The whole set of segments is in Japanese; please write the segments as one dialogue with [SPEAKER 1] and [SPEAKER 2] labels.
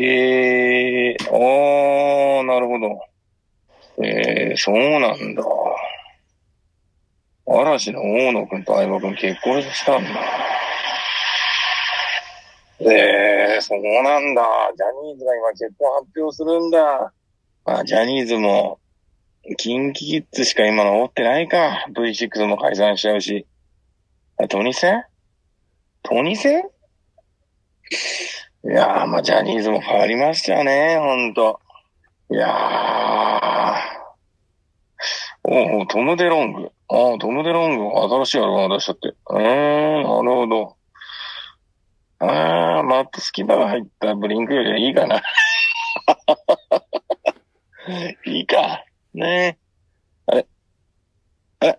[SPEAKER 1] ええー、ああ、なるほど。ええー、そうなんだ。嵐の大野くんと相葉くん結婚したんだ。ええー、そうなんだ。ジャニーズが今結婚発表するんだ。まあ、ジャニーズも、キンキキッズしか今残ってないか。V6 も解散しちゃうし。あトニセントニセンいやー、まあ、ジャニーズも変わりましたね、ほんと。いやー。おうおう、トム・デ・ロング。ああ、トム・デ・ロング、新しいアルバム出しちゃって。うーん、なるほど。ああ、マップスキナが入ったブリンクよりはいいかな。 いいか。ねえ。あれあれ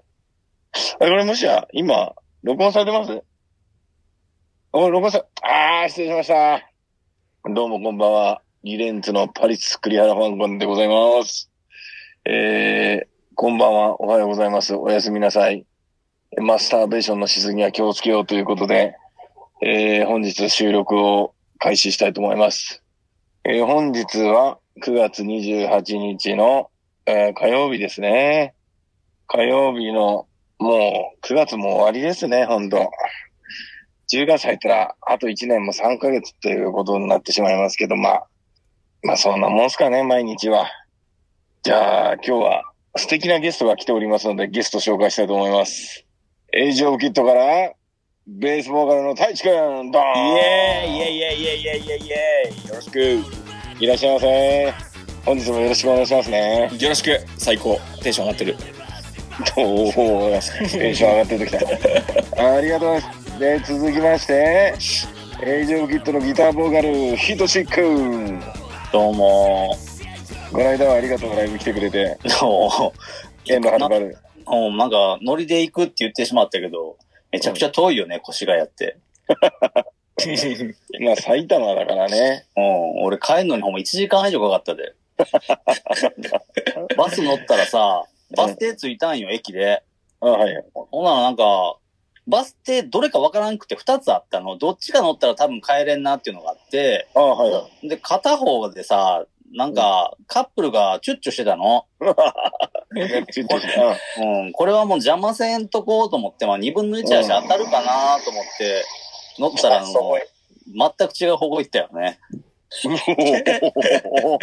[SPEAKER 1] あれ、これもしや、今、録音されてますお、録音さ、ああ、失礼しました。どうもこんばんは。リレンツのパリス栗原ファンコンでございます。えー、こんばんは。おはようございます。おやすみなさい。マスターベーションのしすぎには気をつけようということで、えー、本日収録を開始したいと思います。えー、本日は9月28日の、えー火曜日ですね。火曜日の、もう9月も終わりですね、ほんと。10月入ったら、あと1年も3ヶ月ということになってしまいますけど、まあ、まあそんなもんすかね、毎日は。じゃあ、今日は素敵なゲストが来ておりますので、ゲスト紹介したいと思います。エイジオブキットから、ベースボーカルの太一くん、ドーン
[SPEAKER 2] イエーイイエイイエイイエイイエイイエイイエイよろしく
[SPEAKER 1] いらっしゃいませ。本日もよろしくお願いしますね。
[SPEAKER 2] よろしく最高テンション上がってる
[SPEAKER 1] おお、テンション上がってるときた。ありがとうございます。で、続きまして、エイジオブキットのギターボーカル、ヒトシックン。
[SPEAKER 2] どうも
[SPEAKER 1] この間はありがとう、ライブ来てくれて。
[SPEAKER 2] ど
[SPEAKER 1] 遠路はるばる。
[SPEAKER 2] うもうんなんかノリで行くって言ってしまったけどめちゃくちゃ遠いよね越谷って
[SPEAKER 1] まあ、埼玉だからね。
[SPEAKER 2] うん俺帰るのにほんま1時間以上かかったでバス乗ったらさバス停着いたんよ駅で
[SPEAKER 1] あはい。
[SPEAKER 2] ほんならなんかバス停どれかわからんくて2つあったのどっちか乗ったら多分帰れんなっていうのがあって
[SPEAKER 1] あはいはい。
[SPEAKER 2] で、片方でさ、なんか、カップルがチュッチュしてたの。
[SPEAKER 1] ちょっとあ
[SPEAKER 2] うん、これはもう邪魔せんとこうと思って、まあ2分の1やし当たるかなと思って、乗ったら、あの
[SPEAKER 1] すごい
[SPEAKER 2] 全く違う方向行ったよね。もう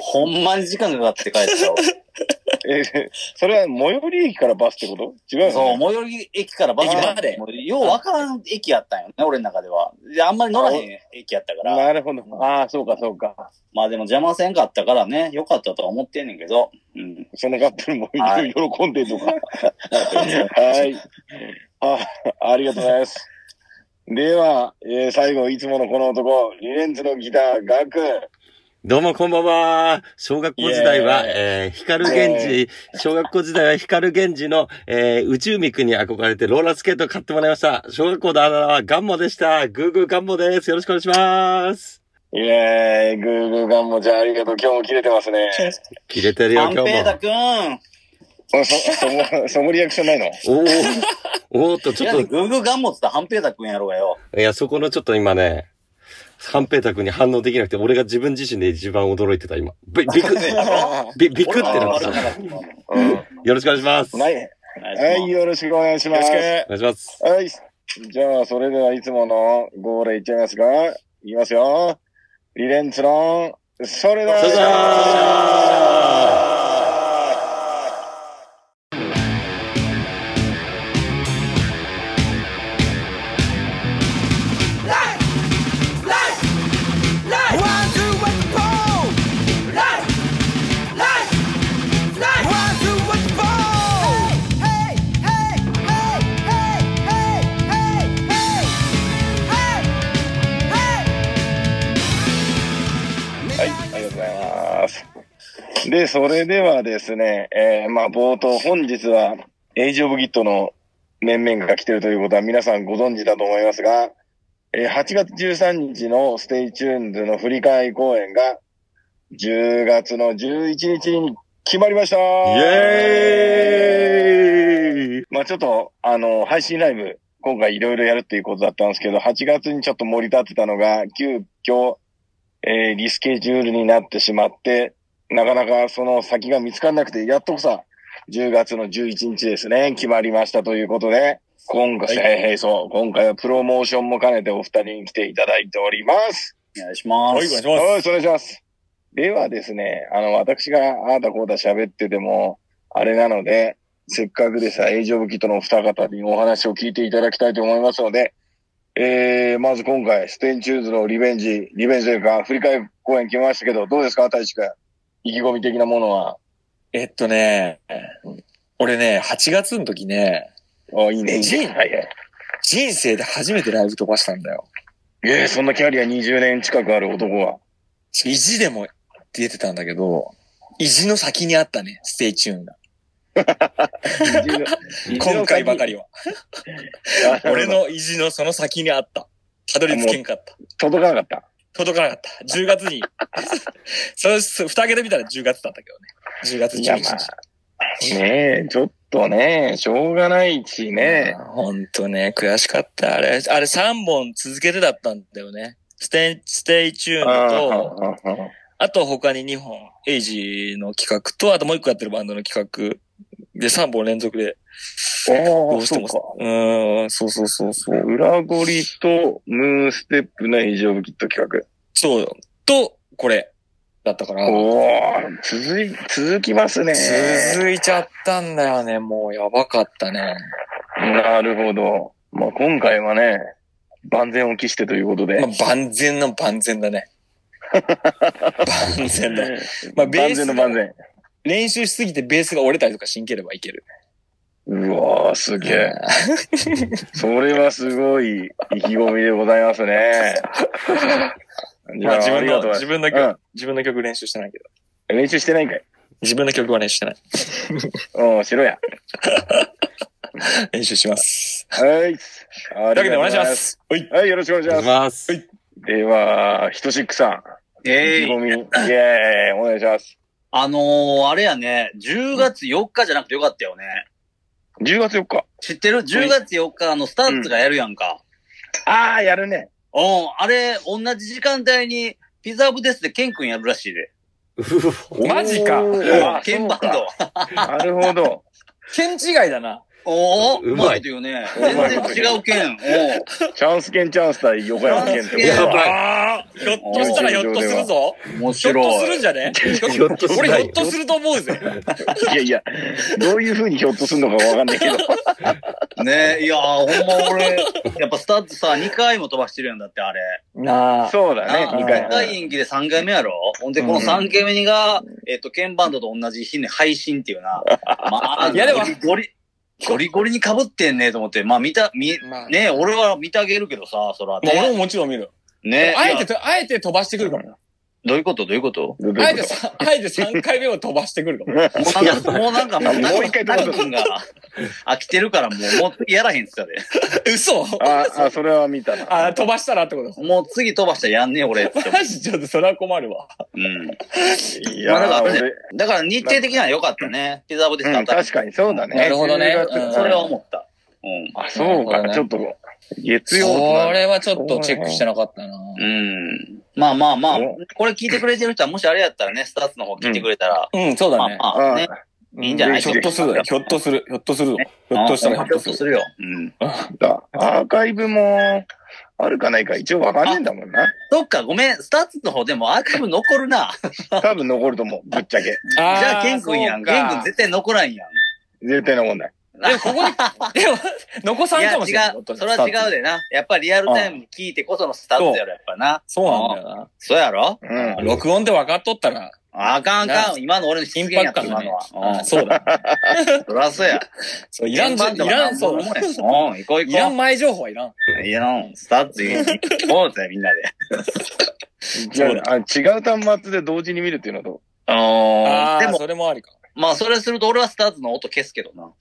[SPEAKER 2] ほんまに時間かかって帰ったわ
[SPEAKER 1] えーそれは最寄り駅からバスってこと違うよね
[SPEAKER 2] そう、最寄り駅からバス
[SPEAKER 1] 駅ま
[SPEAKER 2] で。もうようわからん駅やったんよね、俺の中では。で、あんまり乗らへん駅やったから。
[SPEAKER 1] なるほど。ああ、そうかそうか。
[SPEAKER 2] まあでも邪魔せんかったからね、よかったとは思ってんねんけど。うん。
[SPEAKER 1] そのカップルも
[SPEAKER 2] はい
[SPEAKER 1] 喜んでる のか。はい。あ、ありがとうございます。では、えー最後、いつものこの男、リレンズのギター、ガク。
[SPEAKER 3] どうもこんばんは。小学校時代は、
[SPEAKER 1] イエーイ
[SPEAKER 3] えー、光源氏、小学校時代は光源氏の、えー、宇宙ミクに憧れてローラースケートを買ってもらいました。小学校のあだ名はガンモでした。グーグーガンモです。よろしくお願いします。
[SPEAKER 1] イェーイ、グーグーガンもじゃあありがとう。今日も切れてます ね。
[SPEAKER 3] 切れてるよ、
[SPEAKER 2] 安
[SPEAKER 3] 今日
[SPEAKER 2] 平
[SPEAKER 3] も
[SPEAKER 2] 太。くん
[SPEAKER 1] そ、そ、そのリアクション ないの
[SPEAKER 3] おーおーっと、
[SPEAKER 2] い
[SPEAKER 3] ち
[SPEAKER 2] や、
[SPEAKER 3] ょっ
[SPEAKER 2] グーグーガンモって言ったら半平太くんやろうがよ。
[SPEAKER 3] と、いや、そこのちょっと今ね、ハンペータ君に反応できなくて、俺が自分自身で一番驚いてた、今。び、びく、び、びくってなました。
[SPEAKER 2] た。
[SPEAKER 1] う
[SPEAKER 3] よろしくお願いします。
[SPEAKER 1] ん。な
[SPEAKER 3] お
[SPEAKER 1] い。はい、よろしくお願いします。
[SPEAKER 3] 願いします。
[SPEAKER 1] はい。じゃあ、それではいつもの号令いっちゃいますかいきますよ。リレンツの、それだ
[SPEAKER 3] それだ
[SPEAKER 1] はい、ありがとうございます。で、それではですね、えー、まあ、冒頭、本日は、エイジオブギットの面々が来てるということは皆さんご存知だと思いますが、えー8月13日のステイチューンズの振り返り公演が、10月の11日に決まりましたイ
[SPEAKER 3] イエーイ
[SPEAKER 1] まあちょっと、あの、配信ライブ、今回いろいろやるっていうことだったんですけど、8月にちょっと盛り立ってたのが、急遽、えーリスケジュールになってしまって、なかなかその先が見つからなくて、やっとさ、10月の11日ですね、決まりましたということで、今回、
[SPEAKER 2] はい
[SPEAKER 1] えーそう、今回はプロモーションも兼ねてお二人に来ていただいております。
[SPEAKER 2] お願いしま
[SPEAKER 4] はい、お願い
[SPEAKER 2] す。
[SPEAKER 4] します。
[SPEAKER 1] はい、お願いします。ではですね、あの、私がああだこうだ喋ってても、あれなので、せっかくでしたエイジオブキットのお二方にお話を聞いていただきたいと思いますので、えー、まず今回、ステンチューズのリベンジ、リベンジというか、振り返り公演来ましたけど、どうですか、太一くん。意気込み的なものは。
[SPEAKER 4] えっとね、俺ね、8月の時ね、
[SPEAKER 1] あいいね、いい
[SPEAKER 4] ジ
[SPEAKER 1] ね。
[SPEAKER 4] ン
[SPEAKER 1] はいはい。
[SPEAKER 4] 人生で初めてライブ飛ばしたんだよ。
[SPEAKER 1] えー、そんなキャリア20年近くある男 は。
[SPEAKER 4] 意地でも出てたんだけど、意地の先にあったね、ステイチューンが。今回ばかりは。俺。の意地のその先にあった。たどり着けんかった。
[SPEAKER 1] 届かなかった。
[SPEAKER 4] 届かなかった。10月に。それ、そ蓋開けてみたら10月だったけどね。10月11
[SPEAKER 1] い
[SPEAKER 4] 日
[SPEAKER 1] や、。まあ、ねえ、ちょっとね、しょうがないしね。
[SPEAKER 4] あーほんとね、悔しかった。あれ、あれ3本続けてだったんだよね。ステイ、ステイチューンと、
[SPEAKER 1] あああ
[SPEAKER 4] あと他に2本、エイジの企画と、あともう1個やってるバンドの企画で3本連続で、ど
[SPEAKER 1] あ
[SPEAKER 4] うしても、
[SPEAKER 1] そう
[SPEAKER 4] うーん、そうそうそうそ
[SPEAKER 1] か。
[SPEAKER 4] う。
[SPEAKER 1] 裏ゴリとムーンステップのエイジオブキット企
[SPEAKER 4] そうよ。と、これ、だったか
[SPEAKER 1] 画。
[SPEAKER 4] ら。
[SPEAKER 1] おー続い、続きますね。
[SPEAKER 4] 続いちゃったんだよね。もうやばかったね。
[SPEAKER 1] なるほど。まあ、今回はね、万全を期してということで。
[SPEAKER 4] まあ、万全の万全 だね。万全だ。ま
[SPEAKER 1] ま
[SPEAKER 4] あ
[SPEAKER 1] あ、
[SPEAKER 4] ベー
[SPEAKER 1] 万
[SPEAKER 4] ス
[SPEAKER 1] 全の万全。
[SPEAKER 4] 練習しすぎてベースが折れたりとかしんければいける。
[SPEAKER 1] うわーすげえ。 それはすごい意気込みでございますね。
[SPEAKER 4] まあ自分の、
[SPEAKER 1] 自
[SPEAKER 4] 自分の曲、
[SPEAKER 1] 分
[SPEAKER 4] 自分の曲練習してないけど。
[SPEAKER 1] うん。練習してないんかい。
[SPEAKER 4] 自分の曲は練習してない。
[SPEAKER 1] うん、しろや。
[SPEAKER 4] 練習します。
[SPEAKER 1] はい。
[SPEAKER 4] と
[SPEAKER 1] あ
[SPEAKER 4] いうわけ
[SPEAKER 1] りがとう
[SPEAKER 4] でお
[SPEAKER 1] ご
[SPEAKER 4] 願いし
[SPEAKER 1] ざ
[SPEAKER 4] ます。はい。
[SPEAKER 1] はい、よろしくお願いし
[SPEAKER 3] お願
[SPEAKER 1] ま
[SPEAKER 3] い
[SPEAKER 1] す
[SPEAKER 3] し。ます。
[SPEAKER 1] では、ひとしっくさん。え意気込み、イェーイ、お願いします。
[SPEAKER 2] あのー、あれやね、10月4日じゃなくてよかったよね。
[SPEAKER 1] 10月4日。
[SPEAKER 2] 知ってる ?10 月4日、あの、スタッツがやるやんか。
[SPEAKER 1] ああ、やるね。
[SPEAKER 2] うん、あれ、同じ時間帯に、ピザオブデスでケン君やるらしいで。
[SPEAKER 4] マジか
[SPEAKER 1] お
[SPEAKER 2] うん
[SPEAKER 1] ー
[SPEAKER 2] ケンバンド。
[SPEAKER 1] なるほど。
[SPEAKER 4] 県違いだな。
[SPEAKER 2] おお
[SPEAKER 3] う
[SPEAKER 2] う
[SPEAKER 3] ま
[SPEAKER 2] ま
[SPEAKER 3] い
[SPEAKER 2] いというね。
[SPEAKER 1] うまい
[SPEAKER 2] 全然違う県。おう
[SPEAKER 1] チャンス券チャンス対横山券ってこと
[SPEAKER 2] やば
[SPEAKER 1] は。
[SPEAKER 4] ああ、ひょっとしたらひょっとするぞ。
[SPEAKER 2] 面
[SPEAKER 4] ひょっとす
[SPEAKER 2] 白
[SPEAKER 4] る
[SPEAKER 2] い。
[SPEAKER 4] んじゃね
[SPEAKER 3] ひょっとす る
[SPEAKER 4] 俺ひょっとすると思うぜ。
[SPEAKER 1] いやいや、どういう風にひょっとするのかわかんない けど。
[SPEAKER 2] ねいやー、ほんま俺、やっぱスタッツさ、2回も飛ばしてるやんだって、あれ。
[SPEAKER 4] なあ。
[SPEAKER 1] そうだね、2
[SPEAKER 2] 二回。二回
[SPEAKER 1] 回。
[SPEAKER 2] 延期で3回目やろほんで、この3回目が、えっと、ケンバンドと同じ日に配信っていうな。まあ、
[SPEAKER 4] いやでも
[SPEAKER 2] ゴリゴリ、ゴリゴリに被ってんねと思って。まあ、見た、見、
[SPEAKER 4] まあ、
[SPEAKER 2] ねえ俺は見てあげるけどさ、そら
[SPEAKER 4] まあ俺
[SPEAKER 2] ね。
[SPEAKER 4] ももちろん見る。
[SPEAKER 2] ね
[SPEAKER 4] あ
[SPEAKER 2] え
[SPEAKER 4] え
[SPEAKER 2] い
[SPEAKER 4] て
[SPEAKER 2] や
[SPEAKER 4] と、あえて飛ばしてくるかもな。
[SPEAKER 2] どういうことどういうこと
[SPEAKER 1] どういう
[SPEAKER 4] あえ
[SPEAKER 1] こ
[SPEAKER 4] てさ、あえて3回目を飛ばしてくるかも。
[SPEAKER 2] もうなんか、もうなんか、もう
[SPEAKER 1] もう一回どうぞ
[SPEAKER 2] タイ君が飽きてるからもう、もう次やらへんって言って
[SPEAKER 4] 嘘
[SPEAKER 1] とああ、それは見たな。
[SPEAKER 4] あ、飛ばしたらってこと
[SPEAKER 2] たで。もう次飛ばしたらやんねえ、俺って。
[SPEAKER 4] マジちょっとそれは困るわ。
[SPEAKER 2] うん。
[SPEAKER 1] い
[SPEAKER 2] まあ
[SPEAKER 1] やー、
[SPEAKER 2] だからね
[SPEAKER 1] 俺
[SPEAKER 2] だから日程的には良かったね。ピザボです
[SPEAKER 1] うん、確かにそうだね。
[SPEAKER 4] なるほどね
[SPEAKER 1] 10月
[SPEAKER 4] うん
[SPEAKER 2] それは思った。うん。
[SPEAKER 1] あ、そう
[SPEAKER 4] なるほ
[SPEAKER 1] か、
[SPEAKER 4] どね
[SPEAKER 1] ちょっと、月曜
[SPEAKER 4] そ
[SPEAKER 1] とな
[SPEAKER 4] れはちょっとチェックしてなかったな。
[SPEAKER 2] うん。まあまあまあ
[SPEAKER 1] うん、
[SPEAKER 2] これ聞いてくれてる人は、もしあれやったらね、スタッツの方聞いてくれたら、
[SPEAKER 4] うん、そうだ
[SPEAKER 2] まあ
[SPEAKER 4] ね。
[SPEAKER 2] まあね、
[SPEAKER 4] う
[SPEAKER 2] いいんじゃない
[SPEAKER 4] ひょっとする。ひょっとする。ひょっとする。ひょっとしたらひ
[SPEAKER 2] う
[SPEAKER 4] ょっと
[SPEAKER 2] んちょっ
[SPEAKER 4] す
[SPEAKER 2] と
[SPEAKER 4] る。
[SPEAKER 2] するよ。うん。
[SPEAKER 1] だアーカイブも、あるかないか一応わかんねえんだもんな。
[SPEAKER 2] そっか、ごめん、スタッツの方でもアーカイブ残 るな。
[SPEAKER 1] 多分残ると思う、ぶっちゃけ。
[SPEAKER 4] じ
[SPEAKER 2] じゃあ、ケン君やん。ケン君絶対残らんやん。
[SPEAKER 1] 絶対残んない。
[SPEAKER 4] でもここ で、でも、残さんかもし
[SPEAKER 2] い
[SPEAKER 4] れな
[SPEAKER 2] や、
[SPEAKER 4] い。
[SPEAKER 2] 違う。それは違うでな。やっぱりリアルタイムに聞いてこそのスタッツやろ、やっぱな。
[SPEAKER 4] そうなんだよ
[SPEAKER 2] そうやろ
[SPEAKER 1] うん
[SPEAKER 4] な。。録音で分かっとったら、
[SPEAKER 2] あかんあかん。今の俺の
[SPEAKER 4] 緊
[SPEAKER 2] 金
[SPEAKER 4] 迫
[SPEAKER 2] やった、
[SPEAKER 4] 感が
[SPEAKER 2] 今の
[SPEAKER 4] ね。
[SPEAKER 2] は。う
[SPEAKER 4] あ
[SPEAKER 2] ん
[SPEAKER 4] そうだ。
[SPEAKER 2] そらそうや。
[SPEAKER 4] そういらんぞ、いらん、そう
[SPEAKER 2] う。うん、。行こう
[SPEAKER 4] い
[SPEAKER 2] 行
[SPEAKER 4] ら
[SPEAKER 2] こ
[SPEAKER 4] ん前情報はいらん。
[SPEAKER 2] う。いらん。スタッツ行こうぜ、みんなで。
[SPEAKER 1] じゃ
[SPEAKER 4] そう
[SPEAKER 1] あ、あ違う端末で同時に見るっていうのと。
[SPEAKER 4] あ
[SPEAKER 2] あで
[SPEAKER 4] あ、
[SPEAKER 2] も、
[SPEAKER 4] それもありか。
[SPEAKER 2] まあ、それすると俺はスターズの音消すけどな。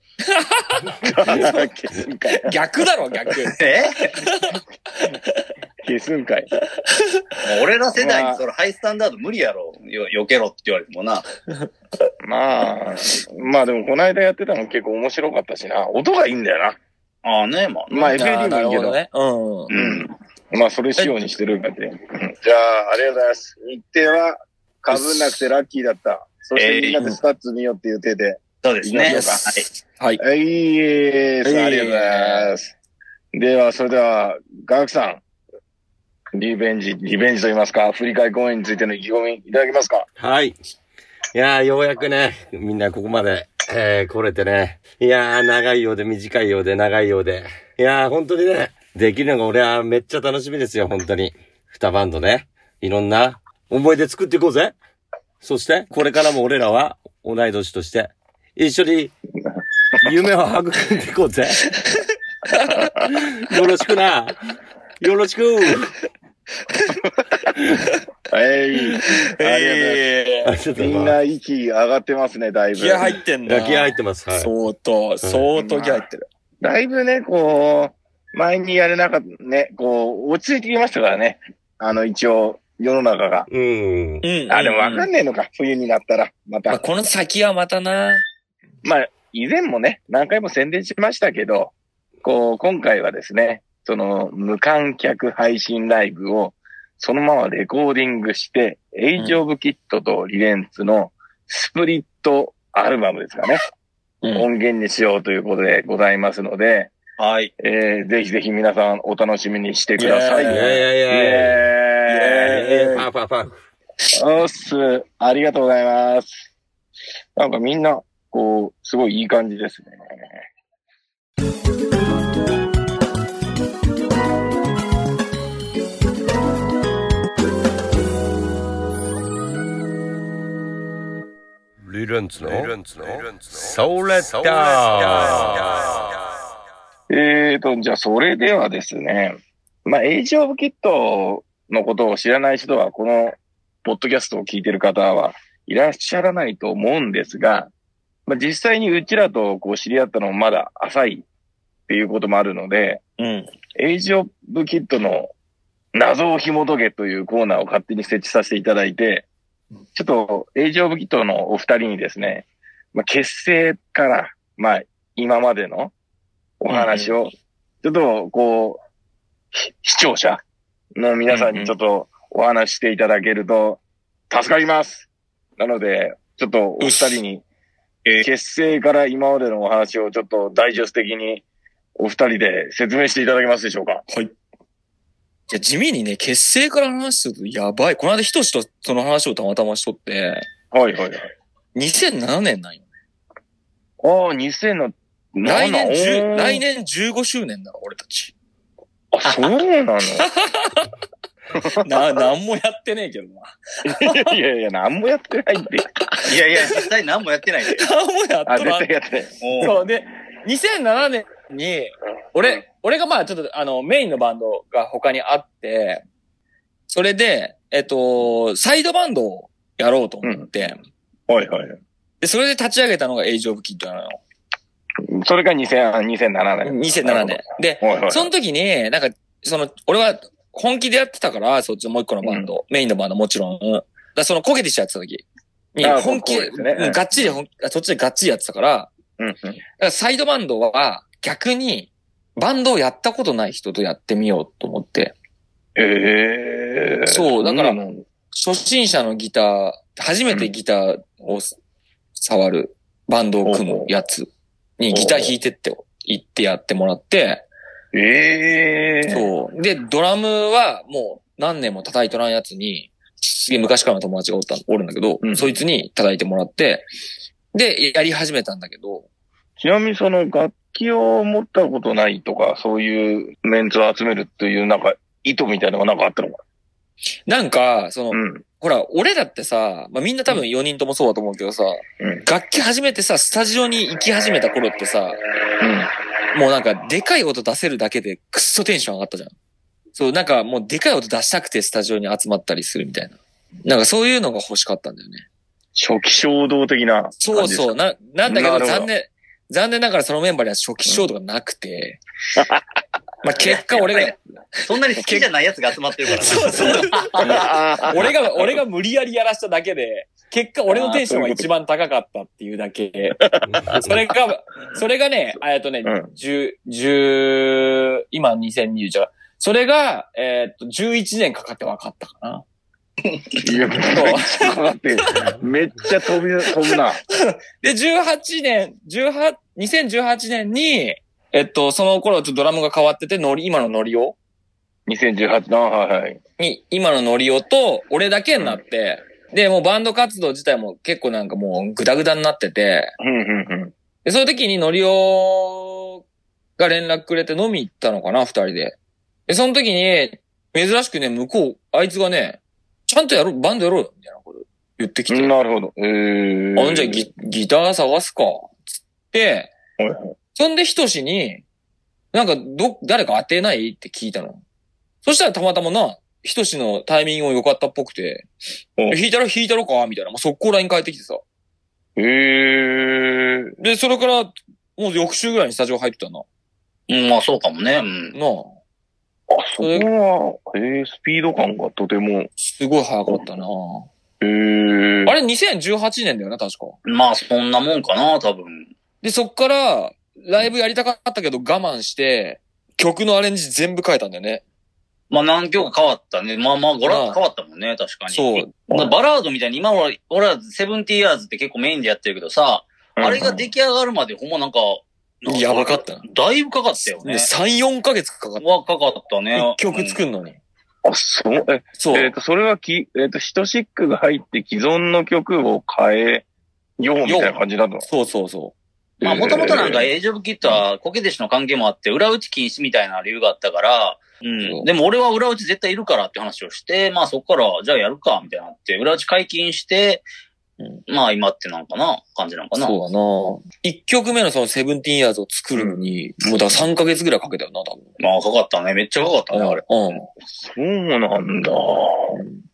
[SPEAKER 1] 消すんかい。
[SPEAKER 4] 逆だ ろ、逆。
[SPEAKER 2] え
[SPEAKER 1] 消すんかい。
[SPEAKER 2] 俺ら世代にそれハイスタンダード無理やろ。よ、避けろって言われてもな。
[SPEAKER 1] まあ、まあでもこの間やってたの結構面白かったしな。音がいいんだよ
[SPEAKER 2] ああね、まあ。
[SPEAKER 1] な。まあ FAD もいいけど。
[SPEAKER 4] ね。う
[SPEAKER 1] う
[SPEAKER 4] ん。
[SPEAKER 1] ん。まあ、それ仕様にしてるんだって。うんじゃあ、ありがとうございます。日程は、かぶんなくてラッキーだった。そしてみんなでスタッツ見ようっていう手で。
[SPEAKER 2] そうですね。
[SPEAKER 1] いいで
[SPEAKER 2] はい。
[SPEAKER 4] すはい。
[SPEAKER 1] はい、えー、ありがとうございます。では、それでは、ガクさん、リベンジ、リベンジと言いますか、振り返り公演についての意気込みいただけますか
[SPEAKER 3] はい。いやー、ようやくね、みんなここまで、えー、来れてね。いやー、長いようで短いようで長いようで。いやー、本当にね、できるのが俺はめっちゃ楽しみですよ、本当に。二バンドね。いろんな思い出作っていこうぜ。そして、これからも俺らは同い年として、一緒に夢を育んでいこうぜ。 よろしくな。よろしく。
[SPEAKER 1] はい、ありがとうござい
[SPEAKER 4] え
[SPEAKER 3] あちょ
[SPEAKER 1] ます。
[SPEAKER 3] っと
[SPEAKER 1] みんな息上がってますね、だい
[SPEAKER 4] え
[SPEAKER 1] ぶ。
[SPEAKER 4] 気合入ってん
[SPEAKER 3] まあ
[SPEAKER 4] だ。
[SPEAKER 3] 気合入ってます。はい。
[SPEAKER 4] 相当、相当気合入ってる。
[SPEAKER 1] だいぶね、こう、前にやれなかった、ね、こう、落ち着いてきましたからね。あの、一応、世の中が。
[SPEAKER 3] うん。
[SPEAKER 4] うん。
[SPEAKER 1] あ、でもわかんねえのか、冬になったら、ま
[SPEAKER 4] まあ
[SPEAKER 1] た。
[SPEAKER 4] この先はまたな。
[SPEAKER 1] まあ、以前もね、何回も宣伝しましたけど、こう、今回はですね、その、無観客配信ライブを、そのままレコーディングして、エイジオブキットとリレンツのスプリットアルバムですかね、
[SPEAKER 4] うん
[SPEAKER 1] 音源にしようということでございますので、
[SPEAKER 2] はい。
[SPEAKER 1] えー、ぜひぜひ皆さんお楽しみにしてください。
[SPEAKER 4] イ
[SPEAKER 3] い
[SPEAKER 4] エ
[SPEAKER 1] イ
[SPEAKER 4] ー
[SPEAKER 1] エ
[SPEAKER 4] イ
[SPEAKER 3] やいやいやいや。え
[SPEAKER 1] ーイ
[SPEAKER 3] ー、パンパンパン。
[SPEAKER 1] おっす。ありがとうございます。なんかみんな、こう、すごいいい感じですね。
[SPEAKER 3] リレンツの
[SPEAKER 5] ソ
[SPEAKER 3] ソーレッダ
[SPEAKER 1] えーと、じゃあそれではですね、まあ、エイジオブキットのことを知らない人は、この、ポッドキャストを聞いてる方はいらっしゃらないと思うんですが、まあ、実際にうちらとこう知り合ったのもまだ浅いっていうこともあるので、
[SPEAKER 4] うん。
[SPEAKER 1] エイジオブキットの謎を紐解けというコーナーを勝手に設置させていただいて、ちょっとエイジオブキットのお二人にですね、まあ、結成から、まあ、今までのお話を、ちょっとこう、ひ視聴者の皆さんにちょっとお話ししていただけると助かります。なので、ちょっとお二人に、
[SPEAKER 4] え
[SPEAKER 1] 結成から今までのお話をちょっとダイジェスト的にお二人で説明していただけますでしょうか
[SPEAKER 4] じゃあ地味にね、結成から話するとやばい。この間、ひとしとその話をたまたましとって、
[SPEAKER 1] はいはいはい。
[SPEAKER 4] 2007年なんよ。
[SPEAKER 1] ああ、2000の、
[SPEAKER 4] 来年
[SPEAKER 1] お
[SPEAKER 4] 10、
[SPEAKER 1] ー
[SPEAKER 4] 来。年15周年だろ、俺たち。
[SPEAKER 1] あ、そうな の
[SPEAKER 4] な、なんもやってねえけどな。
[SPEAKER 1] いやいや、なんもやってないって。
[SPEAKER 2] いやいや、実際何もやってない で。
[SPEAKER 4] なんもやっ
[SPEAKER 1] あ、
[SPEAKER 4] とら
[SPEAKER 1] 絶
[SPEAKER 4] ん
[SPEAKER 1] 対やってない。
[SPEAKER 2] も
[SPEAKER 4] そう。で、2007年に、俺、俺がまあちょっとあの、メインのバンドが他にあって、それで、えっと、サイドバンドをやろうと思って、
[SPEAKER 1] はいはい。
[SPEAKER 4] で、それで立ち上げたのがエイジオブキッドなのよ。
[SPEAKER 1] それが2000あ2007年。
[SPEAKER 4] 2007年。で、
[SPEAKER 1] はいはい。
[SPEAKER 4] その時に、なんか、その、俺は本気でやってたから、そっちもう一個のバンド、メインのバンドもちろん。だからその焦げてしやってた時に、
[SPEAKER 1] あ
[SPEAKER 4] 本気
[SPEAKER 1] そう
[SPEAKER 4] で、
[SPEAKER 1] ですね
[SPEAKER 4] うんがっちり本気、あそっちでがっちりやってたから、
[SPEAKER 1] うんうん。
[SPEAKER 4] だからサイドバンドは逆にバンドをやったことない人とやってみようと思って、
[SPEAKER 1] ええー。
[SPEAKER 4] そうだから
[SPEAKER 1] んなの
[SPEAKER 4] 初心者のギター、初めてギターを触るバンドを組むやつにギター弾いてって言ってやってもらって、
[SPEAKER 1] ええー。う。
[SPEAKER 4] そう。で、ドラムはもう何年も叩いとらんやつに、すげえ昔からの友達がおった、おるんだけど、
[SPEAKER 1] うん
[SPEAKER 4] そいつに叩いてもらって、で、やり始めたんだけど、
[SPEAKER 1] ちなみにその楽器を持ったことないとか、そういうメンツを集めるという、なんか、意図みたいなのがなんかあったのか
[SPEAKER 4] なんか、その、
[SPEAKER 1] ん。
[SPEAKER 4] ほら、俺だってさ、まあ、みんな多分4人ともそうだと思うけどさ、
[SPEAKER 1] うん
[SPEAKER 4] 楽器始めてさ、スタジオに行き始めた頃ってさ、もうなんかでかい音出せるだけでくっそテンション上がったじゃん。そう、なんかもうでかい音出したくてスタジオに集まったりするみたいな。なんかそういうのが欲しかったんだよね。初
[SPEAKER 1] 初期衝動的な感じですか。
[SPEAKER 4] そうそう。な、なんだけ
[SPEAKER 1] なるほ
[SPEAKER 4] ど
[SPEAKER 1] ど
[SPEAKER 4] 残念、残念ながらそのメンバーには初期衝動がな くて、まあ結果俺が、
[SPEAKER 2] う、そんなに好きじゃないやつが集まってるから。そうそう。
[SPEAKER 1] あー。
[SPEAKER 4] 俺が、俺が無理やりやらしただけで、結果俺のテンションが一番高かったっていうだけ。
[SPEAKER 3] ー
[SPEAKER 4] それが、それがね、えっとね、
[SPEAKER 1] うん
[SPEAKER 4] 十、十、今2020じゃ、それが、えーっと、11年かかって分かったかな。
[SPEAKER 1] いや、めっちゃかか ってる。めっちゃ飛び、飛ぶな。
[SPEAKER 4] で、18年、18、2018年に、えっと、その頃ちょっとドラムが変わってて、ノリ、今のノリオ
[SPEAKER 1] 2018の、はいはい。
[SPEAKER 4] に、今のノリオと、俺だけになって、で、もうバンド活動自体も結構なんかもうグダグダになってて、
[SPEAKER 1] うんうんうん。
[SPEAKER 4] で、その時にのりおが連絡くれて飲み行ったのかな、二人で。で、その時に、珍しくね、向こう、あいつがね、ちゃんとやろう、バンドやろうよ、みたいなこと言ってきて。
[SPEAKER 1] なるほど。えー。
[SPEAKER 4] あ、ほんじゃギギター探すか、つって
[SPEAKER 1] はい、
[SPEAKER 4] そんでひとしに、なんか、ど、誰か当てないって聞いたの。そしたらたまたまな、ひとしのタイミングも良かったっぽくて、
[SPEAKER 1] お
[SPEAKER 4] 弾いたろ弾いたろかみたいな、もう速攻ライン変えてきてさ。
[SPEAKER 1] えー。
[SPEAKER 4] で、それから、もう翌週ぐらいにスタジオ入ってたな。
[SPEAKER 2] うん、まあそうかもね。うん。
[SPEAKER 4] なあ。
[SPEAKER 1] あ、そこは、えー、スピード感がとても、
[SPEAKER 4] すごい早かったな
[SPEAKER 1] えー。
[SPEAKER 4] あれ2018年だよな、確か。
[SPEAKER 2] まあそんなもんかな、多分。
[SPEAKER 4] で、そっから、ライブやりたかったけど我慢して、曲のアレンジ全部変えたんだよね。
[SPEAKER 2] まあ何曲か変わったね。まあまあ、ごら
[SPEAKER 4] ああ
[SPEAKER 2] 変わったもんね、確かに。
[SPEAKER 4] そう。
[SPEAKER 2] まあバラードみたいに、今俺、俺ら、セブンティーアーズって結構メインでやってるけどさ、あれが出来上がるまでほんまなんか、なん
[SPEAKER 4] やばかったな。
[SPEAKER 2] だいぶかかったよ
[SPEAKER 4] で
[SPEAKER 2] ね。
[SPEAKER 4] 3、4ヶ月かかった。
[SPEAKER 2] はかかったね
[SPEAKER 4] 1。曲作
[SPEAKER 2] る。
[SPEAKER 4] るのに。
[SPEAKER 1] あ、そう、え、
[SPEAKER 4] そう。
[SPEAKER 1] えっ、と、それはき、えっ、と、ヒトシックが入って既存の曲を変え、ようみたいな感じだと。
[SPEAKER 4] そうそうそ
[SPEAKER 2] まあもともとなんか、
[SPEAKER 1] え
[SPEAKER 2] エイジオブキットは、コケ弟子の関係もあって、裏打ち禁止みたいな理由があったから、う
[SPEAKER 4] そ
[SPEAKER 2] ん。
[SPEAKER 4] う
[SPEAKER 2] でも俺は裏打ち絶対いるからって話をして、まあそこから、じゃあやるか、みたいになって、裏打ち解禁して、まあ今ってなんかな、感じなんか
[SPEAKER 4] う。
[SPEAKER 2] な。
[SPEAKER 4] そうだな1曲目のそのセブンティーンイヤーズを作るのに、もうだから3ヶ月ぐらいかけたよな、多分。
[SPEAKER 2] まあかかったね。めっちゃかかったね、あれ。
[SPEAKER 4] うん。
[SPEAKER 1] そうなんだ。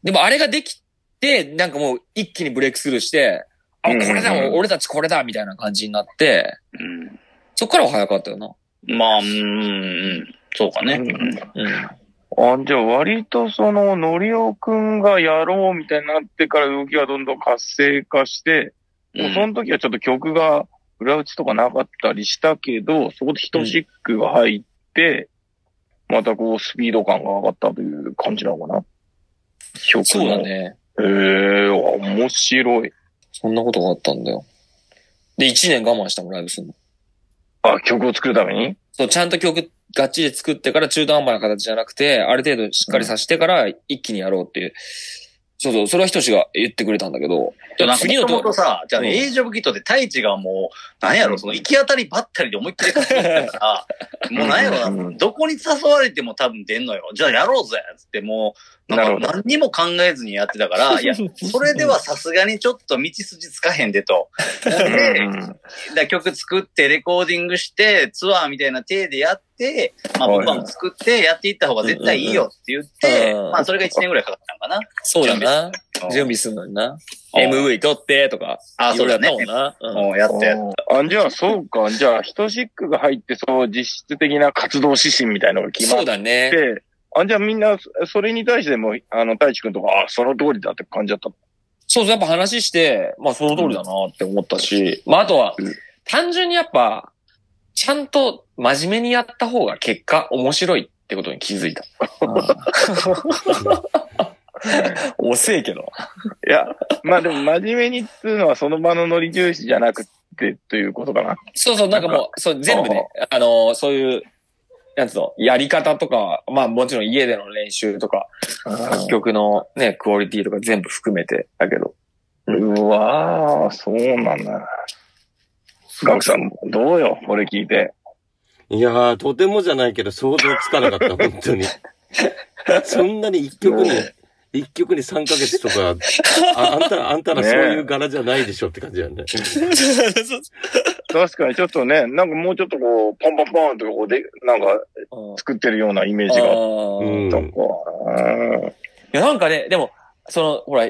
[SPEAKER 4] でもあれができて、なんかもう一気にブレイクスルーして、あ、こ
[SPEAKER 1] うん
[SPEAKER 4] れだ、俺たちこれだ、みたいな感じになって、そっからは早かったよな。
[SPEAKER 2] うん。まあ、うんうん、そうかね。
[SPEAKER 1] うん
[SPEAKER 4] うん。
[SPEAKER 1] あ、じゃあ割とその、のりおくんがやろうみたいになってから動きがどんどん活性化して、
[SPEAKER 2] う
[SPEAKER 1] もうそ
[SPEAKER 2] ん。
[SPEAKER 1] の時はちょっと曲が裏打ちとかなかったりしたけど、そこでヒトシックが入って、またこうスピード感が上がったという感じなのかな。曲の
[SPEAKER 4] そうだ。ね。
[SPEAKER 1] へえー、面白い。
[SPEAKER 4] そんなことがあったんだよ。で、1年我慢したもん、ライブするの。
[SPEAKER 1] あ、曲を作るために
[SPEAKER 4] そう、ちゃんと曲、がっちり作ってから中途半端な形じゃなくて、ある程度しっかりさせてから一気にやろうっていう。そうそう、それはひとしが言ってくれたんだけど
[SPEAKER 2] でもなん、か
[SPEAKER 4] 次の
[SPEAKER 2] もともと
[SPEAKER 4] と、
[SPEAKER 2] さ、じゃあ、
[SPEAKER 4] うん
[SPEAKER 2] エイジオブキットで太一がもう、なんやろ、その行き当たりばったりで思いっきり書いてたから、もうなんやろ
[SPEAKER 1] う
[SPEAKER 2] な、
[SPEAKER 1] ん
[SPEAKER 2] どこに誘われても多分出んのよ。じゃあやろうぜっつってもう、
[SPEAKER 1] な
[SPEAKER 2] な
[SPEAKER 1] るほ
[SPEAKER 2] ん
[SPEAKER 1] ど
[SPEAKER 2] か何にも考えずにやってたから、いや、それではさすがにちょっと道筋つかへんでと。で、だ曲作って、レコーディングして、ツアーみたいな体でやって、まあ
[SPEAKER 1] はい
[SPEAKER 2] 僕はも作って、やっていった方が絶対いいよって言って、
[SPEAKER 4] うん
[SPEAKER 2] まあそれが1年ぐらいかかったのかな。
[SPEAKER 4] そうだな。
[SPEAKER 2] うん
[SPEAKER 4] 準備するのにな。
[SPEAKER 2] うん
[SPEAKER 4] MV 撮ってとか。
[SPEAKER 2] あ、そうだね
[SPEAKER 4] い。ろいろやったもんな。うん
[SPEAKER 2] もうやったやった
[SPEAKER 1] あ、じゃあそうか。じゃあヒトシックが入って、そう、実質的な活動指針みたいなのが決まっ
[SPEAKER 4] そうだね。
[SPEAKER 1] で、あ、じゃあみんな、そそれに対しても、あの、太一くんとか、あ、その通りだって感じだった。
[SPEAKER 4] そうそう、やっぱ話して、まあその通りだなって思ったし、まああとは
[SPEAKER 1] うん、
[SPEAKER 4] 単純にやっぱ、ちゃんと真面目にやった方が結果面白いってことに気づいた。 遅いけど。
[SPEAKER 1] いや、まあでも真面目にっつうのはその場のノリ重視じゃなくて、ということかな。
[SPEAKER 4] そうそう、なんかもう、そう、全部ね、あの、そういう、なんつうの、やり方とか、まあもちろん家での練習とか、楽曲のね、クオリティとか全部含めてだけ ど。
[SPEAKER 1] うわー、そうなんだ。ガクさん、どうよ、これ聞いて。
[SPEAKER 3] いやー、とてもじゃないけど、想像つかなかった、本当に。そんなに一曲に、一曲に3ヶ月とか、ああんたら、あんたら
[SPEAKER 1] ね
[SPEAKER 3] そ
[SPEAKER 1] え
[SPEAKER 3] ういう柄じゃないでしょって感じだよね。
[SPEAKER 1] 確かにちょっとね、なんかもうちょっとこう、ポンポンポンとこうで、なんか作ってるようなイメージがあっ
[SPEAKER 3] う
[SPEAKER 4] うん
[SPEAKER 3] ん。
[SPEAKER 1] たか
[SPEAKER 4] いや、なんかね、でも、その、ほら、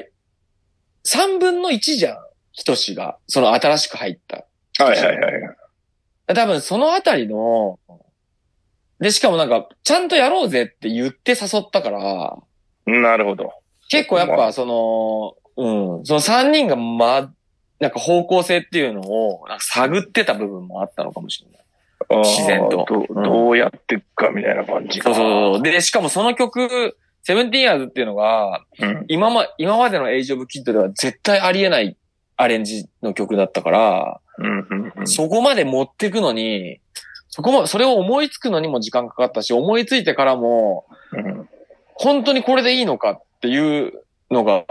[SPEAKER 4] 三分の一じゃん。ひとしが、その新しく入った。
[SPEAKER 1] な。はいはいはい。
[SPEAKER 4] 多分そのあたりの、で、しかもなんか、ちゃんとやろうぜって言って誘ったから、
[SPEAKER 1] なるほど。
[SPEAKER 4] 結構やっ
[SPEAKER 1] ま
[SPEAKER 4] ぱその、うん、その三人がま、なんか方向性っていうのを、なんか探ってた部分もあったのかもしれない。
[SPEAKER 1] あー
[SPEAKER 4] 自然と
[SPEAKER 1] ど
[SPEAKER 4] うん
[SPEAKER 1] どうやってっかみたいな感じ
[SPEAKER 4] そ
[SPEAKER 1] か。
[SPEAKER 4] うそうそう。で、しかもその曲、セブンティーンアーズっていうのが、
[SPEAKER 1] うん。
[SPEAKER 4] 今ま、今までのエイジオブキッドでは絶対ありえないアレンジの曲だったから、
[SPEAKER 1] うんうんうん
[SPEAKER 4] そこまで持ってくのに、そこも、それを思いつくのにも時間かかったし、思いついてからも、
[SPEAKER 1] うん
[SPEAKER 4] 本当にこれでいいのかっていうのが、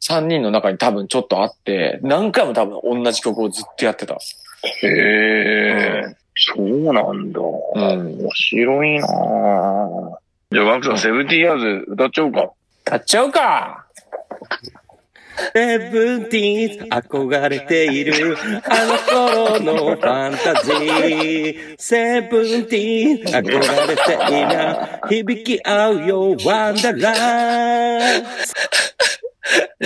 [SPEAKER 4] 3人の中に多分ちょっとあって、何回も多分同じ曲をずっとやってた。
[SPEAKER 1] へえ、そうなんだ。
[SPEAKER 4] ん
[SPEAKER 1] 面白いなぁじゃあ、ワクさん、セブンティーアーズ歌っちゃおうか。
[SPEAKER 4] 買っちゃうか
[SPEAKER 3] セブンティーン憧れているあの頃のファンタジーセブンティーン憧れていな響き合うよワンダーラ
[SPEAKER 1] や
[SPEAKER 3] ン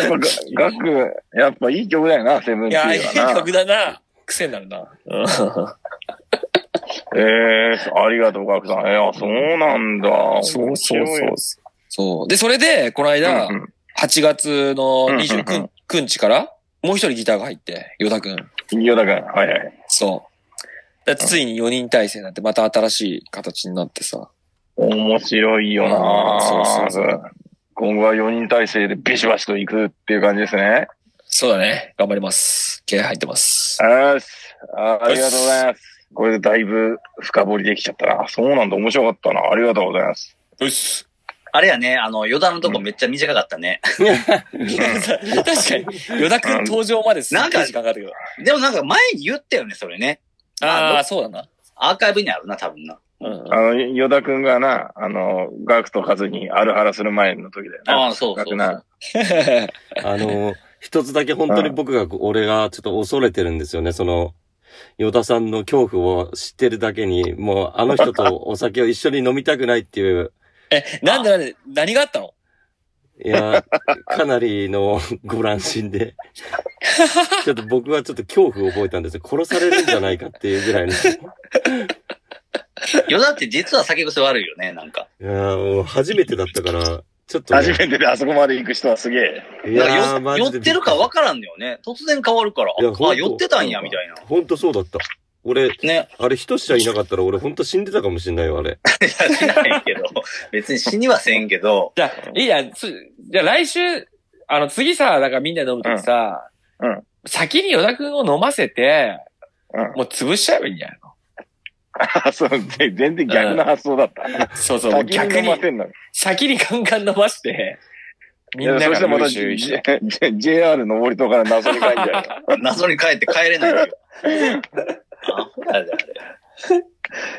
[SPEAKER 1] っぱ ガ、ガク、やっぱいい曲だよな、セブン
[SPEAKER 4] い
[SPEAKER 1] ティー
[SPEAKER 4] や、いい
[SPEAKER 1] はな。
[SPEAKER 4] 曲だな。癖になるな。
[SPEAKER 1] ええありがとう、ガクさん。いや、そうなんだ。
[SPEAKER 4] そうそう
[SPEAKER 1] 面
[SPEAKER 4] そ。。
[SPEAKER 1] 白いう
[SPEAKER 4] そう。で、それで、この間、
[SPEAKER 1] うん
[SPEAKER 4] 8月の
[SPEAKER 1] うんうんう
[SPEAKER 4] 29日から、もう一人ギターが入って、ヨタくん。
[SPEAKER 1] うん。ヨダ君、はいはい。
[SPEAKER 4] そう。だついに4人体制になって、また新しい形になってさ。
[SPEAKER 1] 面白いよなぁ
[SPEAKER 4] そうそうそう。
[SPEAKER 1] 今後は4人体制でビシバシと行くっていう感じですね。
[SPEAKER 4] そうだね。頑張ります。気合入ってます。
[SPEAKER 1] あーすあありがとうございます。これでだいぶ深掘りできちゃったな。そうなんだ、面白かったな。ありがとうございます。
[SPEAKER 4] うっす。
[SPEAKER 2] あれやね、あの、余談のとこめっちゃ短かったね。
[SPEAKER 4] 確かに、ヨタくん登場まですっげえ時間かかるけど。
[SPEAKER 2] でもなんか前に言ったよね、それね。
[SPEAKER 4] あ
[SPEAKER 2] あ
[SPEAKER 4] あ、そうだな。
[SPEAKER 2] アーカイブにあるな、多分な。
[SPEAKER 4] うん。
[SPEAKER 1] あの、ヨダくんがな、あの、ガクとカズにあるはらする前の時だよな。
[SPEAKER 2] ああ、そうそ
[SPEAKER 1] 楽
[SPEAKER 2] う
[SPEAKER 1] な
[SPEAKER 3] あの、一つだけ本当に僕が、俺がちょっと恐れてるんですよね。その、ヨタさんの恐怖を知ってるだけに、もうあの人とお酒を一緒に飲みたくないっていう、
[SPEAKER 4] え、なんでなんで、何があったの
[SPEAKER 3] いや、かなりのご乱心で、ちょっと僕はちょっと恐怖を覚えたんですよ。殺されるんじゃないかっていうぐらいの。い
[SPEAKER 2] 余談って実は酒癖悪いよね、なんか。
[SPEAKER 3] やー、もう初めてだったから、ちょっとね、
[SPEAKER 1] 初めてであそこまで行く人はすげえ。
[SPEAKER 3] い
[SPEAKER 2] なんか
[SPEAKER 3] やー、マジ
[SPEAKER 2] よ
[SPEAKER 3] で。
[SPEAKER 2] 酔ってるか分からんのよね。突然変わるから。
[SPEAKER 3] いやほ
[SPEAKER 2] あ、
[SPEAKER 3] んと
[SPEAKER 2] 酔ってたんや、みたいな。
[SPEAKER 3] ほんとそうだった。俺、
[SPEAKER 2] ね。
[SPEAKER 3] あれ、人しちゃいなかったら俺ほんと死んでたかもしんないよ、あれ。
[SPEAKER 2] いや、しないけど。別に死にはせんけど。
[SPEAKER 4] じゃあ、いいや、つじゃあ来週、あの、次さ、だからみんなで飲むときさ、
[SPEAKER 1] うんうん
[SPEAKER 4] 先に与田くんを飲ませて、
[SPEAKER 1] うん
[SPEAKER 4] もう潰しちゃえばいいんじゃない
[SPEAKER 1] あそう、全然逆の発想だった。
[SPEAKER 4] のそうそう、もう
[SPEAKER 1] 先
[SPEAKER 4] 逆
[SPEAKER 1] に飲ま
[SPEAKER 4] に、
[SPEAKER 1] せんの。い
[SPEAKER 4] 先にガンガン飲まして、みん
[SPEAKER 1] や
[SPEAKER 4] な
[SPEAKER 1] そ
[SPEAKER 4] が
[SPEAKER 1] したらまた
[SPEAKER 4] 優
[SPEAKER 1] J-
[SPEAKER 4] 秀
[SPEAKER 1] J- JR 上りとから謎に書いてある。
[SPEAKER 2] 謎に帰って帰れないよ。アホやで、あれ。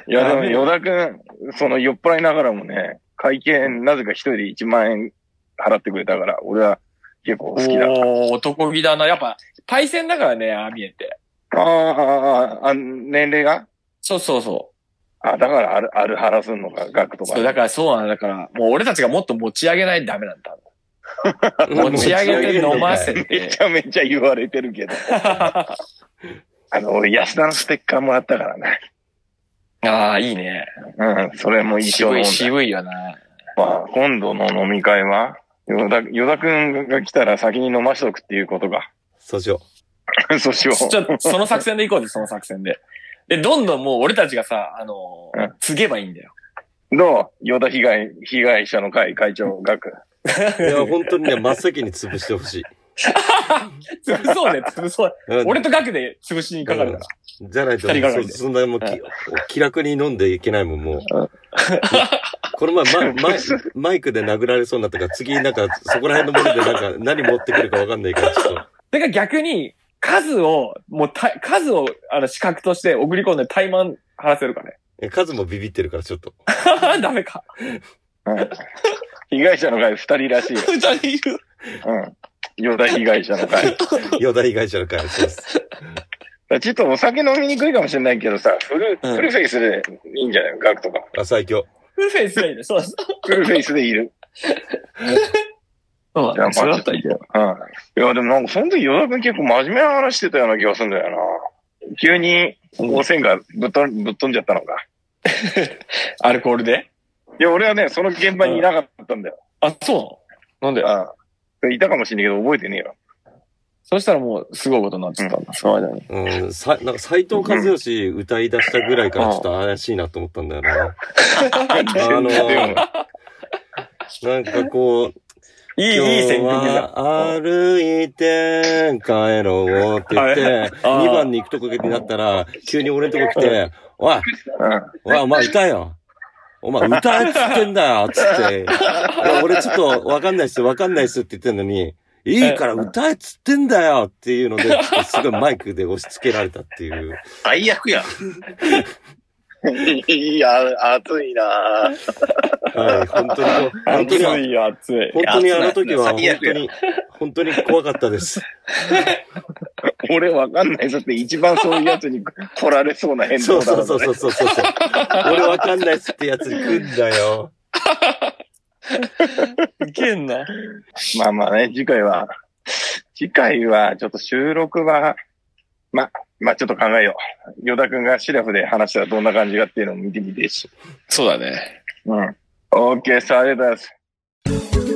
[SPEAKER 1] いや、でも、
[SPEAKER 4] ダメ
[SPEAKER 1] ヨダ君、その酔っ払いながらもね、会計なぜか一人で1万円払ってくれたから、俺は結構好きだ。
[SPEAKER 4] おー、男気だな。やっぱ、パイセンだからね、ああ見えて。
[SPEAKER 1] ああああ、あ、年齢が
[SPEAKER 4] そうそうそ
[SPEAKER 1] あ、だからある、あるはらすんのか、額と
[SPEAKER 4] う。
[SPEAKER 1] か。
[SPEAKER 4] そう、だからそうなんだ。だから、もう俺たちがもっと持ち上げないとダメなんだ。持ち上げて飲ませ
[SPEAKER 1] め
[SPEAKER 4] て。
[SPEAKER 1] ちゃめちゃ言われてるけ ど。
[SPEAKER 4] あ
[SPEAKER 1] あの、俺、安田のステッカーもらったからね。
[SPEAKER 4] あー、いいね。
[SPEAKER 1] うん、それも一緒の
[SPEAKER 4] 渋
[SPEAKER 1] もんだ
[SPEAKER 4] い、渋いよな。
[SPEAKER 1] まあ、今度の飲み会は、ヨダ、ヨダ君が来たら先に飲ましとくっていうことか。
[SPEAKER 3] そうしよ
[SPEAKER 1] そうしよ
[SPEAKER 4] ちょっと、その作戦で行こうぜ、その作戦で。で、どんどんもう俺たちがさ、あのー
[SPEAKER 1] うん
[SPEAKER 4] 告げばいいんだ よ。
[SPEAKER 1] う。どうヨダ被害、被害者の会会長、額。
[SPEAKER 3] う。いや、本当にね、真っ先に潰してほしい。
[SPEAKER 4] 潰そうね、潰そう。俺とガクで潰しにかかるから。
[SPEAKER 3] じゃないと、
[SPEAKER 4] 二人がかり
[SPEAKER 3] そ
[SPEAKER 4] で
[SPEAKER 3] そんなもうき
[SPEAKER 1] うん
[SPEAKER 3] 気楽に飲んでいけないもん、もう。
[SPEAKER 1] う
[SPEAKER 3] この前、ま、マイマイクで殴られそうになったから、次なんか、そこら辺のものでなんか、何持ってくるかわかんないから、ちょっと。
[SPEAKER 4] だから逆に、数を、もうた、数を、あの、資格として送り込んで怠慢晴らせるかね。
[SPEAKER 3] え、数もビビってるから、ちょっと。
[SPEAKER 4] ダメか。
[SPEAKER 1] うん被害者の会二人らしいよ。
[SPEAKER 4] 二人いる。
[SPEAKER 1] うん。ヨダ被害者の会。
[SPEAKER 3] ヨダ被害者の会そうです。
[SPEAKER 1] ちょっとお酒飲みにくいかもしれないけどさ、フル、
[SPEAKER 4] うん
[SPEAKER 1] フルフェイスでいいんじゃない額とか。
[SPEAKER 3] あ、最強。
[SPEAKER 4] フルフェイスがいいね。そうそう。
[SPEAKER 1] フルフェイスでいる。
[SPEAKER 4] そう
[SPEAKER 1] じゃあ、
[SPEAKER 4] そうだ
[SPEAKER 1] ま
[SPEAKER 4] ったらいいよ
[SPEAKER 1] うん。いや、でもなんか、その時、ヨダ君結構真面目な話してたような気がするんだよな。急に、汚染がぶっとん、ぶっ飛んじゃったのか。
[SPEAKER 4] アルコールで
[SPEAKER 1] いや、俺はね、その現場にいなかったんだよ。
[SPEAKER 4] あ、そうなのなんで
[SPEAKER 1] うん。いたかもしれないけど、覚えてねえよ。そしたらもう、すごいことになってたんだ、その間に。
[SPEAKER 3] うん、さ、なんか斎藤和義歌い出したぐらいからちょっと怪しいなと思ったんだよな。あのー、なんかこう、
[SPEAKER 1] いい、いい
[SPEAKER 3] 今日
[SPEAKER 1] 線引きだ。
[SPEAKER 3] は歩いて帰ろうって言って、
[SPEAKER 1] あー
[SPEAKER 3] 2番に行くとこになったら、急に俺のとこ来て、おい、おい、お前歌えよ。お前歌えっつってんだよ、つって。いや俺ちょっとわかんないっす、わかんないっすって言ってんのに、いいから歌えっつってんだよっていうので、すごいマイクで押し付けられたっていう。
[SPEAKER 2] 最悪やん。
[SPEAKER 1] うん。いや、熱いな
[SPEAKER 3] はい、本当にこう、本
[SPEAKER 1] 熱
[SPEAKER 3] 当には、
[SPEAKER 1] いよ、熱い。
[SPEAKER 3] 本当にあの時は、
[SPEAKER 2] 最
[SPEAKER 3] 本
[SPEAKER 2] 悪
[SPEAKER 3] 当
[SPEAKER 2] や
[SPEAKER 3] に、本当に怖かったです。
[SPEAKER 1] 俺わかんない。だって一番そういうやつに来られそうな変
[SPEAKER 3] そう
[SPEAKER 1] 動だ
[SPEAKER 3] そ
[SPEAKER 1] ろ
[SPEAKER 3] うそ
[SPEAKER 1] ね。
[SPEAKER 3] うそうそうそう。俺わかんないっすってやつ来んだよ。
[SPEAKER 4] いけんな。
[SPEAKER 1] まあまあね、次回は、次回はちょっと収録は、ま、まあちょっと考えよう。ヨダ君がシラフで話したらどんな感じかっていうのも見てみてえし。
[SPEAKER 4] そうだね。
[SPEAKER 1] うん。OK, さあありがとうございます。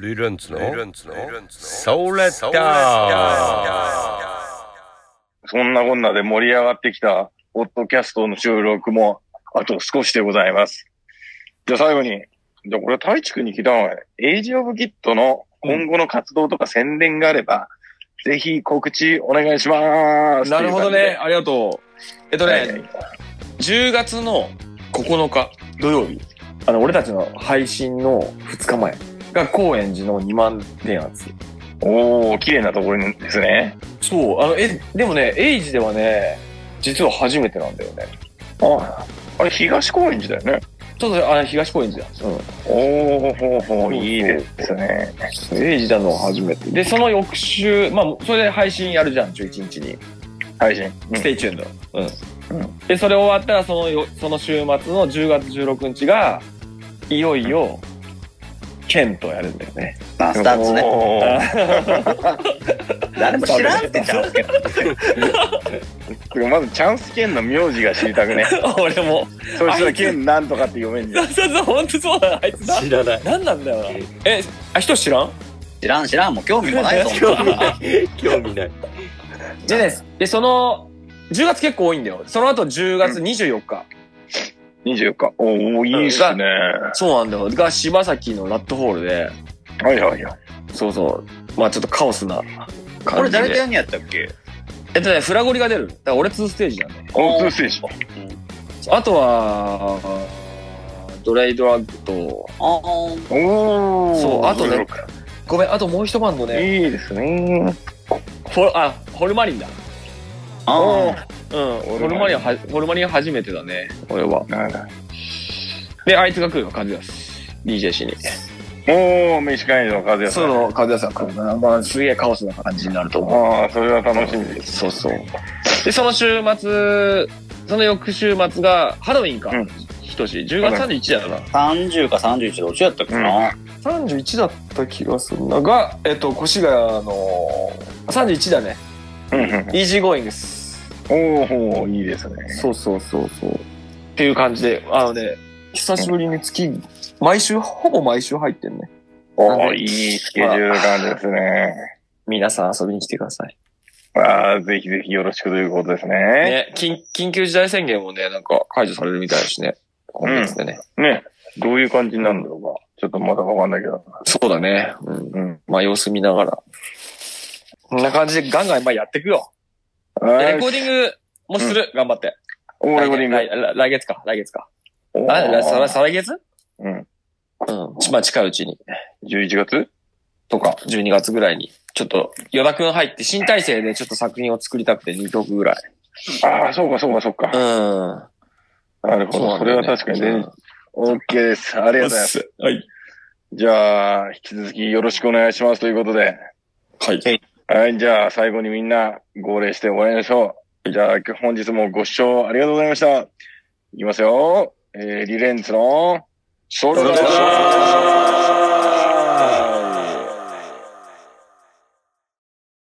[SPEAKER 3] リレンツの、
[SPEAKER 5] ソーレッダー
[SPEAKER 1] そんなこんなで盛り上がってきた、ポッドキャストの収録も、あと少しでございます。じゃあ最後に、じゃあこれ、太一君に聞いたのが、エイジオブキットの今後の活動とか宣伝があれば、ぜひ告知お願いします。
[SPEAKER 4] なるほどね。。ありがとう。えっとね、
[SPEAKER 1] はいはい
[SPEAKER 4] 10月の9日、
[SPEAKER 1] 土曜日。
[SPEAKER 4] あの、俺たちの配信の2日前が高円寺の2万電圧。
[SPEAKER 1] おー、綺麗なところですね。
[SPEAKER 4] そう、あの、え、でもね、エイジではね、実は初めてなんだよね。
[SPEAKER 1] あ、あれ、東高円寺だよね。
[SPEAKER 4] ちょっと、あ東高円寺だ。うん。
[SPEAKER 1] おー、ほうほう、いいですね。
[SPEAKER 4] エイジだのは初めて。で、その翌週、まあ、それで配信やるじゃん、11日に。
[SPEAKER 1] 配信。
[SPEAKER 4] ステイチューンド。うん。で、それ終わったら、そのよ、その週末の10月16日が、いよいよ、ケンとやるんだよね。
[SPEAKER 2] バスターズね。
[SPEAKER 1] ね。
[SPEAKER 2] 誰も知らんってちゃうけど。
[SPEAKER 1] まず、チャンス剣の名字が知りたく ね。
[SPEAKER 4] 俺も。
[SPEAKER 1] そしたら剣なんとかって読めんじゃん
[SPEAKER 4] そう。そうそう、ほんとそうだ な、あいつな。
[SPEAKER 3] 知らない。
[SPEAKER 4] なんなんだよな。え、あ、人知らん
[SPEAKER 2] 知らん知らん。もう興味もない ぞ。
[SPEAKER 3] 興味ない。興味ない。
[SPEAKER 4] でね、で、その、10月結構多いんだよ。その後10月24日。
[SPEAKER 1] 24日。おー、いいっすね。は
[SPEAKER 4] そうなんだよ。が、柴崎のラットホールで、
[SPEAKER 1] いはいはい。
[SPEAKER 4] そうそう。まあちょっとカオスな感じで。
[SPEAKER 2] これ誰とやんのやったっけ
[SPEAKER 4] えっとね、フラゴリが出る。だから俺2ステージだね。
[SPEAKER 1] 交通ステージ。
[SPEAKER 4] あとは、ドライドラッグと、
[SPEAKER 2] あー
[SPEAKER 1] おー。
[SPEAKER 4] そうあとねごめん、あともう一バンドね、
[SPEAKER 1] いいですね。
[SPEAKER 4] フォルあ、ホルマリンだ。
[SPEAKER 2] あー。
[SPEAKER 4] うん、
[SPEAKER 1] ホ
[SPEAKER 4] ホ
[SPEAKER 1] ル
[SPEAKER 4] ル
[SPEAKER 1] マ
[SPEAKER 4] マ
[SPEAKER 1] リ
[SPEAKER 4] リ
[SPEAKER 1] ン
[SPEAKER 4] ンは、ホルマリン初めてだね、俺は。
[SPEAKER 1] なんだ
[SPEAKER 4] で、あいつが来るの、カズヤス。DJ しに。
[SPEAKER 1] おー、飯会の風やさ
[SPEAKER 4] そ
[SPEAKER 1] ん。
[SPEAKER 4] のカズヤスが来るのかな。まあ、すげえカオスな感じになると思う。
[SPEAKER 1] あー、それは楽しみです。
[SPEAKER 4] そうそう。で、その週末、その翌週末が、ハロウィンか。
[SPEAKER 1] うん
[SPEAKER 4] ひとし、10月31だよな。
[SPEAKER 2] 30か31どっちやったっけな。
[SPEAKER 4] 31だった気がするなが、えっと、越谷の、31だね。
[SPEAKER 1] うんうん。
[SPEAKER 4] イージーゴーイングス。
[SPEAKER 1] おー、ほー、いいですね。
[SPEAKER 4] そうそうそうそう。っていう感じで、あのね、久しぶりに月、毎週、ほぼ毎週入ってんね。
[SPEAKER 1] おー、いいスケジュール感ですね。
[SPEAKER 4] 皆さん遊びに来てください。
[SPEAKER 1] あー、ぜひぜひよろしくということですね。
[SPEAKER 4] ね、緊緊急事態宣言もね、なんか解除されるみたいだしね。今月でね。
[SPEAKER 1] ね。どういう感じになるんだろうか。ちょっとまだわかんないけど。
[SPEAKER 4] そうだね。うん。
[SPEAKER 1] うん。
[SPEAKER 4] まあ様子見ながら。こんな感じでガンガンまあやっていくよ。でレコーディングもする。頑張って。
[SPEAKER 1] おー、レコーディング。
[SPEAKER 4] 来来来月か、来月か。
[SPEAKER 1] お
[SPEAKER 4] あ、来再来
[SPEAKER 1] ー
[SPEAKER 4] 再来月
[SPEAKER 1] うん。
[SPEAKER 4] うん。ちまあ近いうちに。
[SPEAKER 1] 11月
[SPEAKER 4] とか、12月ぐらいに。ちょっと、与田くん入って、新体制でちょっと作品を作りたくて2曲ぐらい。
[SPEAKER 1] ああ、そうか、そうか、そうか
[SPEAKER 4] う。ん。
[SPEAKER 1] なるほど。それは確かにね。OK です。ありがとうございます。
[SPEAKER 4] はい。
[SPEAKER 1] じゃあ、引き続きよろしくお願いしますということで。
[SPEAKER 4] はい。
[SPEAKER 1] はい、じゃあ、最後にみんな、号令して終わりましょう。じゃあ、本日もご視聴ありがとうございました。いきますよ。えー、リレンツの、ソルダー